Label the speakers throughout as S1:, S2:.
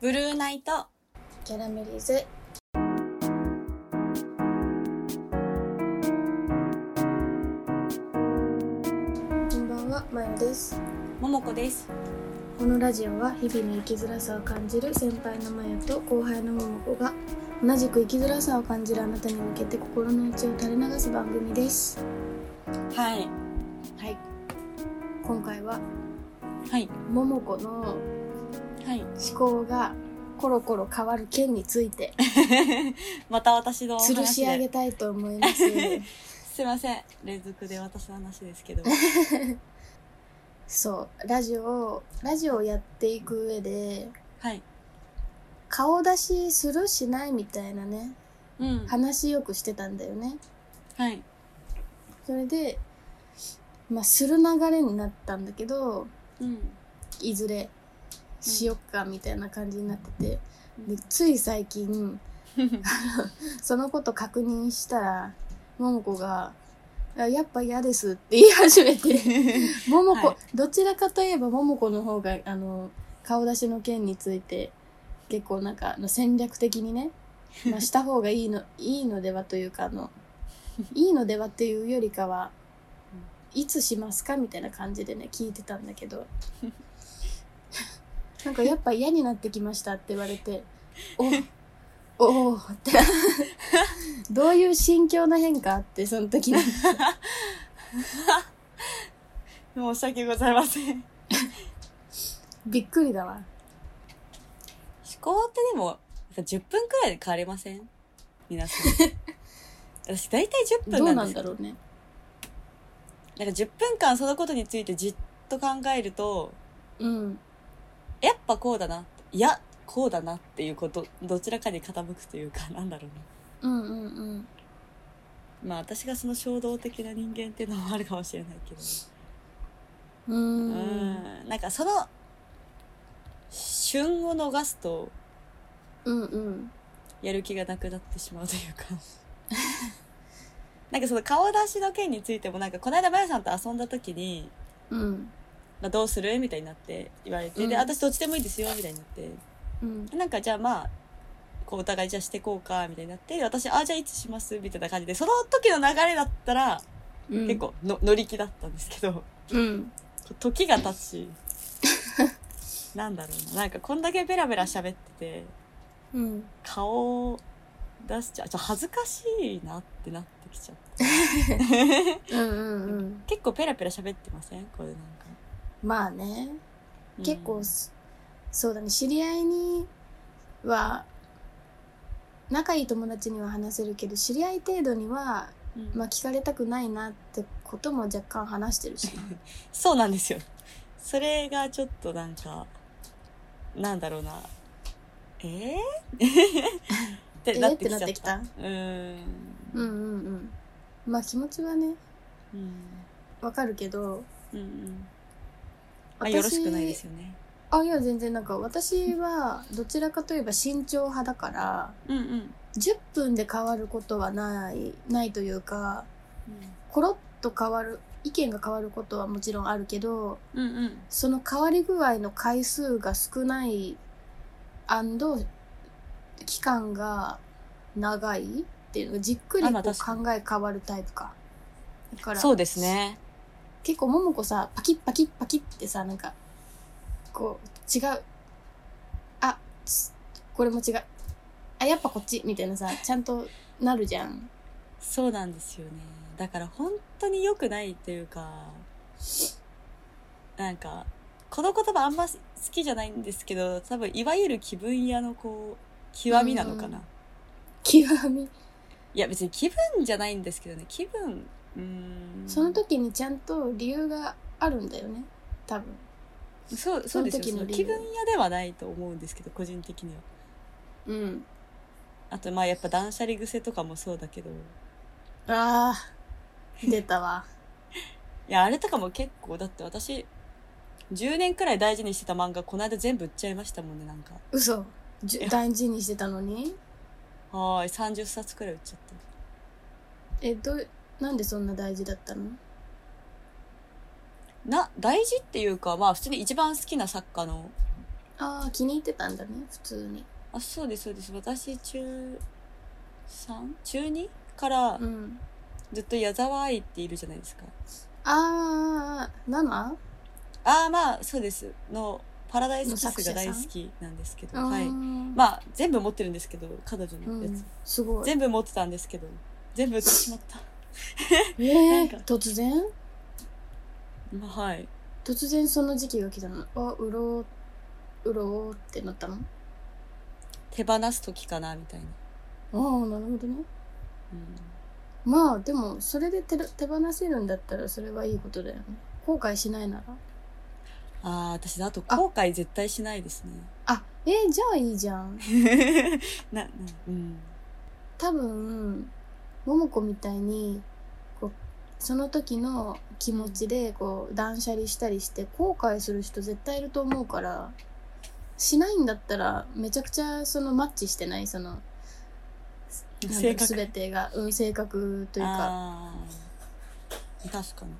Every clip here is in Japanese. S1: ブルーナイト
S2: キャラメリゼこんばんは、まゆです
S1: ももこです
S2: このラジオは日々の生きづらさを感じる先輩のまゆと後輩のももこが同じく生きづらさを感じるあなたに向けて心の内を垂れ流す番組です
S1: はい
S2: はい今回は
S1: はい
S2: ももこの
S1: はい
S2: 思考がコロコロ変わる件について
S1: また私の話
S2: 吊
S1: で
S2: るし上げたいと思います
S1: すいません連続で私の話です けど
S2: そうラジオラジオをやっていく上で
S1: はい
S2: 顔出しするしないみたいなね
S1: うん
S2: 話よくしてたんだよね
S1: はい
S2: それでまあする流れになったんだけど
S1: うん
S2: いずれしよっかみたいな感じになってて、
S1: う
S2: でつい最近そのこと確認したら桃子が「あやっぱ嫌です」って言い始 めて桃子、
S1: はい
S2: どちらかといえば桃子の方があの顔出しの件について結構なんかあの戦略的に ね、まあ、した方がいいのいいのではというかあのいいのではっていうよりかは
S1: うん
S2: いつしますかみたいな感じでね聞いてたんだ けどなんかやっぱ嫌になってきましたって言われておおおってどういう心境の変化あってその時に
S1: 申し訳ございません思
S2: びっくりだわ
S1: 考ってでもなんか10分くらいで変わりません皆さ ん私大体10
S2: どう
S1: 分な
S2: なん
S1: です
S2: ん
S1: よ
S2: だろうね
S1: なんか10分間そのことについてじっと考えると、
S2: うん
S1: やっぱこうだな、いや、こうだなっていうこと、どちらかに傾くというか、なんだろうね。
S2: うんうんうん
S1: まあ私がその衝動的な人間っていうのもあるかもしれないけど、
S2: うー
S1: うんん、なんかその、旬を逃すと、
S2: うんうん
S1: やる気がなくなってしまうというか。 なんかその顔出しの件についても、なんかこの間まやさんと遊んだ時に、
S2: うん
S1: まあ、どうするみたいになって言われて、
S2: うん
S1: で、私どっちでもいいですよ、みたいになって。
S2: うん
S1: なんかじゃあまあ、こうお互いじゃあしていこうか、みたいになって、私、あ、じゃあいつしますみたいな感じで、その時の流れだったら、
S2: うん
S1: 結構の、乗り気だったんですけど、
S2: うん
S1: 時が経つし、なんだろうな、なんかこんだけベラベラ喋ってて、
S2: うん
S1: 顔を出しちゃう、ちょっと恥ずかしいなってなってきちゃって。
S2: うんうんうん
S1: 結構ペラペラ喋ってませんこれなんか。
S2: まあね
S1: うん
S2: 結構、そうだね知り合いには仲いい友達には話せるけど知り合い程度には、
S1: うん
S2: まあ、聞かれたくないなってことも若干話してるし
S1: そうなんですよ。それがちょっとなんか、なんだろうな。 えー、って
S2: え
S1: な
S2: ー
S1: っ
S2: っ
S1: き
S2: てて
S1: ちゃ っ。
S2: なったてきた
S1: うーん。
S2: うんうんうんまあ気持ちはね
S1: うん。
S2: わかるけど
S1: うんうん。まあ、よろしくないですよね。
S2: あいや全然なんか私はどちらかといえば慎重派だから
S1: うんうん。うん
S2: 10分で変わることはないないというかコロッと変わる意見が変わることはもちろんあるけど
S1: うんうん。
S2: その変わり具合の回数が少ない期間が長いっていうのがじっくり
S1: あ
S2: こ
S1: まあ
S2: う考
S1: 確かに
S2: え変わるタイプか。だから
S1: そうですね。
S2: 結構ももこさパキッパキッパキッってさなんかこう違うあつこれも違うあやっぱこっちみたいなさちゃんとなるじゃん。
S1: そうなんですよね。だから本当に良くないっていうか、なんか、この言葉あんま好きじゃないんですけど、多分いわゆる気分屋のこう、極みなのかな。
S2: うんうん極み
S1: いや別に気分じゃないんですけどね気分うーん
S2: その時にちゃんと理由があるんだよね多分。
S1: そうそうですよ
S2: その時の
S1: その
S2: 理
S1: 気
S2: 由
S1: 分屋ではないと思うんですけど個人的には
S2: うん、
S1: あとまあやっぱ断捨離癖とかもそうだけどい
S2: あー出たわ。
S1: やあれとかも結構だって私10年くらい大事にしてた漫画この間全部売っちゃいましたもんねなんか
S2: 嘘じゅ大事にしてたのに
S1: はーい30冊くらい売っちゃった
S2: えどうなんでそんな大事だったの
S1: な大事っていうかまあ普通に一番好きな作家の
S2: ああ気に入ってたんだね普通に
S1: あそうですそうです私中 3? 中 2? から
S2: うん
S1: ずっと矢沢愛っているじゃないですか
S2: ああナナ
S1: ああまあそうですのパラダイスキスが大
S2: の
S1: 好
S2: 作
S1: きなんですけど
S2: あ
S1: はい
S2: ー
S1: まあ全部持ってるんですけど彼女
S2: う
S1: のやつ、
S2: んすごい
S1: 全部持ってたんですけど全部売ってしまった
S2: え
S1: なん
S2: ー
S1: か
S2: 突然
S1: まあはい
S2: 突然その時期が来たのあうろううろうってなったの
S1: 手放す時かなみたいな、
S2: ああなるほどね
S1: うん、
S2: まあでもそれで手手放せるんだったらそれはいいことだよね後悔しないなら
S1: ああ私あと後悔絶対しないです
S2: あえーじゃあいいじゃ ん
S1: ねななうん
S2: 多分桃子みたいにこうその時の気持ちでこう断捨離したりして後悔する人絶対いると思うからしないんだったらめちゃくちゃそのマッチしてないそのなんだ
S1: 性
S2: ろう
S1: 格
S2: 全てが、うん、性格というか
S1: あー確かに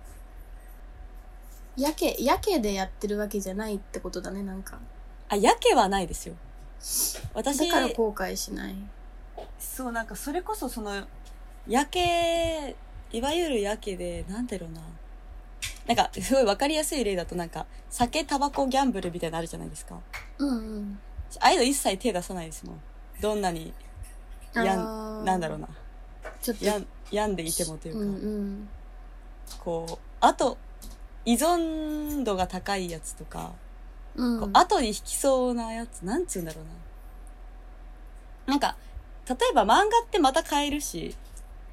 S2: やけやけでやってるわけじゃないってことだねなんか
S1: あやけはないですよ私
S2: だから後悔しない
S1: そうなんかそれこそその夜景いわゆる夜景でなんだろうななんかすごい分かりやすい例だとなんか酒タバコギャンブルみたいなのあるじゃないですか
S2: うんうん
S1: ああいうの一切手出さないですもんどんなにや
S2: ん
S1: なんだろうな
S2: ちょっと
S1: やん病んでいてもというか、
S2: うんうん
S1: こうあと依存度が高いやつとか、
S2: うん
S1: こう後に引きそうなやつなんつうんだろうななんか例えば漫画ってまた買えるし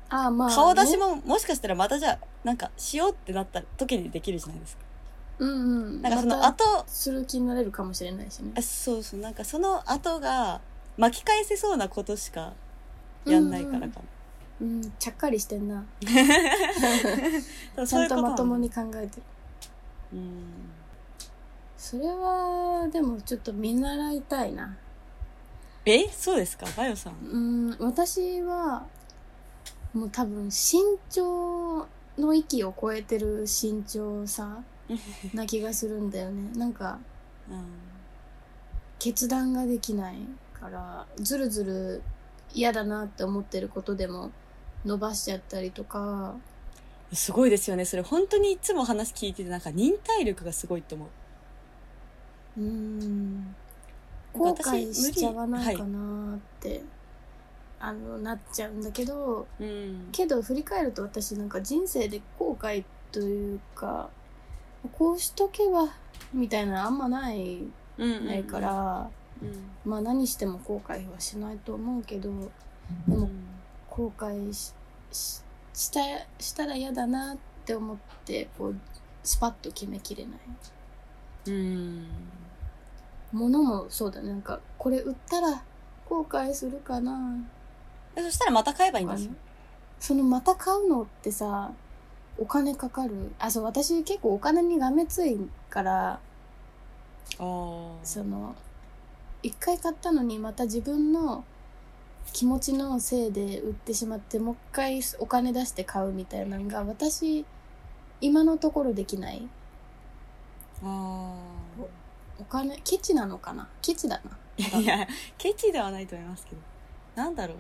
S2: あーまあね
S1: 顔出しももしかしたらまたじゃあなんかしようってなった時にできるじゃないですか。
S2: うんうん
S1: なんかそ
S2: ま
S1: の
S2: た
S1: 後、
S2: する気になれるかもしれないしね
S1: あそうそうなんかその後が巻き返せそうなことしかやんないからかも。
S2: うんちゃっかりしてんな
S1: そう
S2: ちゃん
S1: そういうことな
S2: まとも
S1: の
S2: に考えてる
S1: うん。
S2: それはでもちょっと見習いたいな
S1: えそうですかバヨさん。
S2: うん私はもう多分身長の域を超えてる身 長さな気がするんだよねなんか
S1: うん、
S2: 決断ができないからずるずる嫌だなって思ってることでも伸ばしちゃったりとか
S1: すごいですよねそれ本当にいつも話聞いててなんか忍耐力がすごいと思う。
S2: うーん
S1: な
S2: 後
S1: んか私
S2: 悔しちゃわな
S1: 無
S2: い
S1: 理
S2: かなって、あのなっちゃうんだけど
S1: うん、
S2: けど振り返ると私なんか人生で後悔というかこうしとけばみたいなのあんまない
S1: うんうん
S2: ないか、ら、
S1: うん
S2: まあ何しても後悔はしないと思うけどでも後悔しししたしたら嫌だなって思ってこうスパッと決めきれない
S1: うん
S2: ものもそうだねなんかこれ売ったら後悔するかな
S1: えそしたらまた買えばいいんですよ。
S2: そのまた買うのってさお金かかるあそう私結構お金にがめついから
S1: ああ。
S2: その一回買ったのにまた自分の気持ちのせいで売ってしまってもう一回お金出して買うみたいなのが私今のところできない
S1: あ
S2: お金ケチなのかなケチだな
S1: あ。いや、ケチではないと思いますけど。なんだろう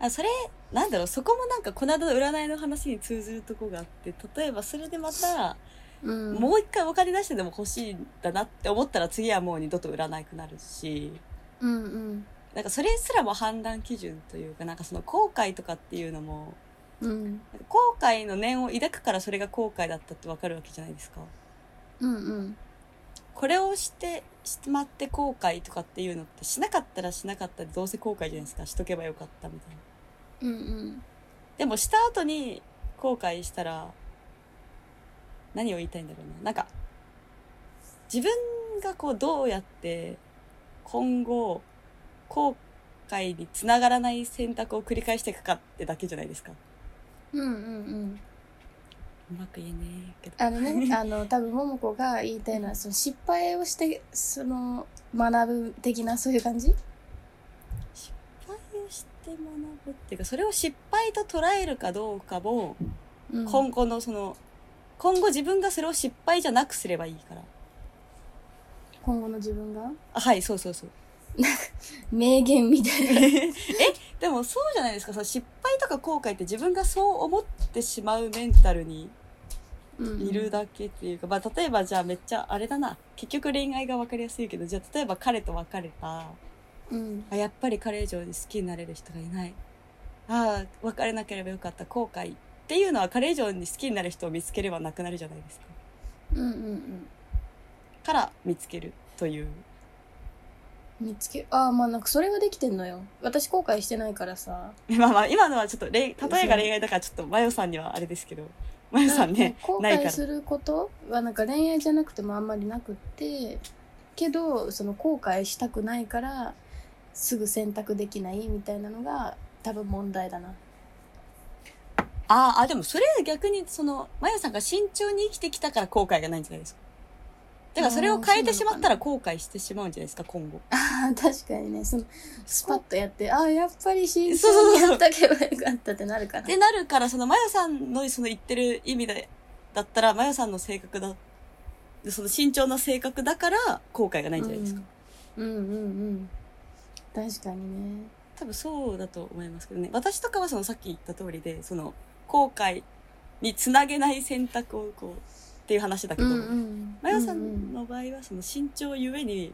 S1: な。あ、それ、なんだろう、そこもなんか、この間の占いの話に通ずるとこがあって、例えばそれでまた、
S2: うん
S1: もう一回お金出してでも欲しいんだなって思ったら次はもう二度と売らなくなるし、
S2: うんうん
S1: なんかそれすらも判断基準というか、なんかその後悔とかっていうのも、
S2: うん
S1: なんか後悔の念を抱くからそれが後悔だったってわかるわけじゃないですか。
S2: うんうん
S1: これをして、しまって後悔とかっていうのって、しなかったらしなかったでどうせ後悔じゃないですか。しとけばよかったみたいな。
S2: うんうん
S1: でもした後に後悔したら、何を言いたいんだろうな。なんか、自分がこうどうやって今後、後悔につながらない選択を繰り返していくかってだけじゃないですか。
S2: うんうんうん
S1: うまく言えねえけど。
S2: あ のね、あの、多分、桃子が言いたいのは、その失敗をして、その、学ぶ的な、そういう感じ
S1: 失敗をして学ぶっていうか、それを失敗と捉えるかどうかも、
S2: うん
S1: 今後のその今後自分がそれを失敗じゃなくすればいいから
S2: 今後の自分が
S1: あはいそうそうそう
S2: 名言みたいな。
S1: えでもそうじゃないですかその失敗とか後悔って自分がそう思ってしまうメンタルに
S2: うん
S1: いるだけっていうか、まあ、例えばじゃあめっちゃあれだな結局恋愛が分かりやすいけどじゃあ例えば彼と別れた
S2: うん。
S1: あやっぱり彼以上に好きになれる人がいないああ別れなければよかった後悔っていうのは彼以上に好きになる人を見つければなくなるじゃないですか
S2: うんうんうん。
S1: から見つけるという
S2: 見つけ、ああ、まあなんかそれはできてんのよ。私後悔してないからさ。
S1: まあまあ今のはちょっとれい例えが恋愛だからちょっとマヨさんにはあれですけどマヨさんね
S2: 後
S1: ないか
S2: 悔
S1: ら
S2: することはなんか恋愛じゃなくてもあんまりなくって、けど、その後悔したくないから、すぐ選択できないみたいなのが多分問題だな。
S1: あーあでもそれ逆にそのマヨさんが慎重に生きてきたから後悔がないんじゃないですかだからそれを変えてしまったら後悔してしまうんじゃないですか今後
S2: ああ、確かにね、その、スパッ
S1: っ
S2: とやって、ああ、やっぱり慎
S1: そうそう
S2: 重に
S1: そう
S2: やったけばよかったってなるから。
S1: てなるからそのマヨさんのその言ってる意味だだったらマヨさんの性格だその慎重な性格だから後悔がないんじゃないですか、
S2: うん、うんうんうん確かにね
S1: 多分そうだと思いますけどね私とかはそのさっき言った通りでその後悔につなげない選択をこうっていう話だけど、
S2: ん
S1: まよさ
S2: うん
S1: の場合はその身長ゆえに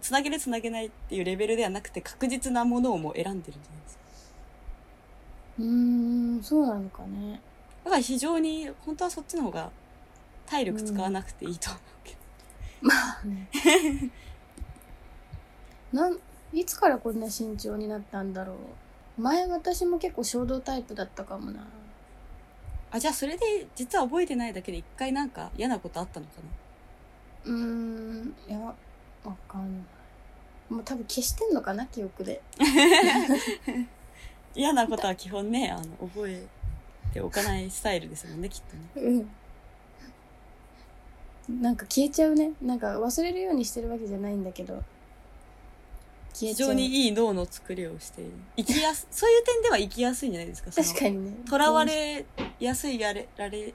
S1: つなげるつなげないっていうレベルではなくて確実なものをもう選んでるんじゃないですか
S2: んうんうーんそうなのか ね
S1: だから非常に本当はそっちの方が体力使わなくていいと思うけど、
S2: ねなんいつからこんな慎重になったんだろう前私も結構衝動タイプだったかもな
S1: あじゃあそれで実は覚えてないだけで一回なんか嫌なことあったのかな
S2: うーんいやわかんないもう多分消してんのかな記憶で
S1: 嫌なことは基本ねあの覚えておかないスタイルですもんねきっとね
S2: うんなんか消えちゃうねなんか忘れるようにしてるわけじゃないんだけど消
S1: 非
S2: えちゃう
S1: 常にいい脳の作りをしている生きやすそういう点では生きやすいんじゃないですかその
S2: 確かにね
S1: とらわれやすいやれられん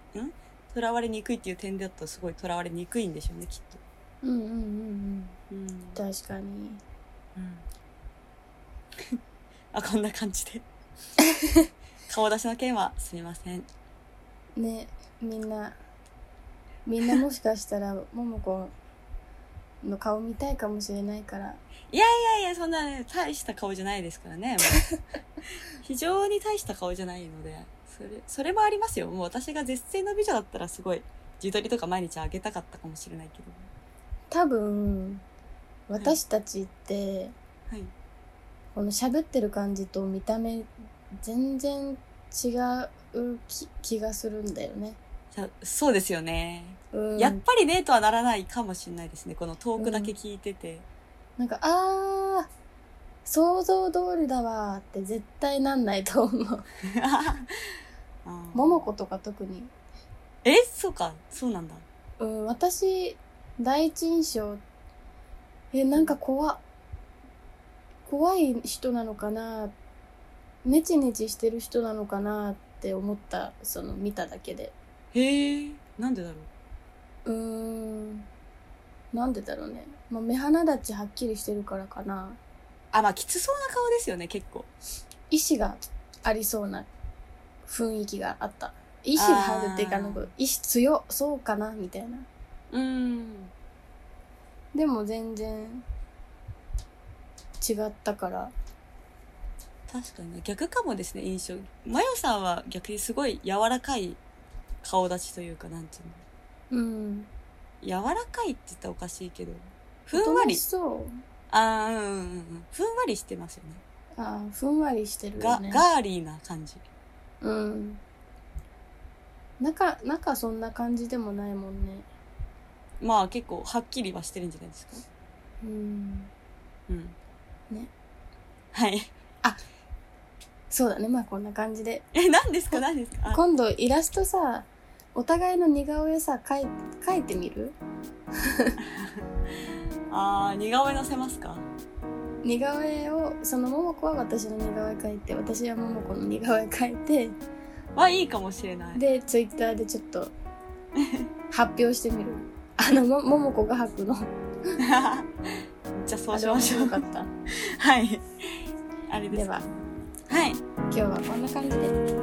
S1: とらわれにくいっていう点だとすごいとらわれにくいんでしょうねきっと。
S2: うんうんうんうん
S1: うん
S2: 確かに
S1: うん、 あこんな感じ で顔出しの件はすみません。
S2: ねみんなみんなもしかしたらももこの顔見たいかもしれないから
S1: いやいやそんなね大した顔じゃないですからねもう非常に大した顔じゃないのでそれそれもありますよもう私が絶世の美女だったらすごい自撮りとか毎日あげたかったかもしれないけど。
S2: 多分私たちって、
S1: はい
S2: この喋ってる感じと見た目全然違う気気がするんだよね。
S1: さそうですよね、
S2: うん、
S1: やっぱりねとはならないかもしれないですねこのトークだけ聞いてて、
S2: なんかあー想像通りだわーって絶対なんないと思う。 ももこ。とか特に
S1: え、そうか、そうなんだ。
S2: うん、私、第一印象、え、なんか怖っ怖い人なのかなネチネチしてる人なのかなって思った、その見ただけで。
S1: へえ、なんでだろう。
S2: うーん。なんでだろうね。まあ、目鼻立ちはっきりしてるからかな。
S1: あ、まあ、きつそうな顔ですよね、結構。
S2: 意志がありそうな雰囲気があった。意志が入るっていうか、
S1: あー
S2: なんか意志強そうかなみたいな。
S1: うーん。
S2: でも全然違ったから。
S1: 確かにね、逆かもですね、印象。マヨさんは逆にすごい柔らかい顔立ちというか、なんて
S2: うん。
S1: いうの。柔らかいって言ったらおかしいけど、ふんわり
S2: おとなし。そう。
S1: あー、うんうんうん。ふんわりしてますよね。
S2: あーふんわりしてる
S1: が、
S2: よね。
S1: ガーリーな感じ。
S2: うん。中、中そんな感じでもないもんね。
S1: まあ、結構、はっきりはしてるんじゃないですか。
S2: うん。
S1: うん。
S2: ね。
S1: はい。
S2: そうだね。まあこんな感じで。
S1: え、何ですか何ですかあ
S2: 今度イラストさ、お互いの似顔絵さ、描い描いてみる
S1: あー、似顔絵のせますか
S2: 似顔絵を、その桃子は私の似顔絵描いて、私は桃子の似顔絵描いて、
S1: はいいかもしれない。
S2: で、ツイッターでちょっと発表してみる。あの、も桃子画伯の
S1: じゃあそ
S2: あ
S1: うし
S2: れ
S1: ま
S2: 面
S1: しょ
S2: 白
S1: う
S2: か。った。
S1: はい。あれです
S2: では、
S1: はい。
S2: 今日はこんな感じで。
S1: は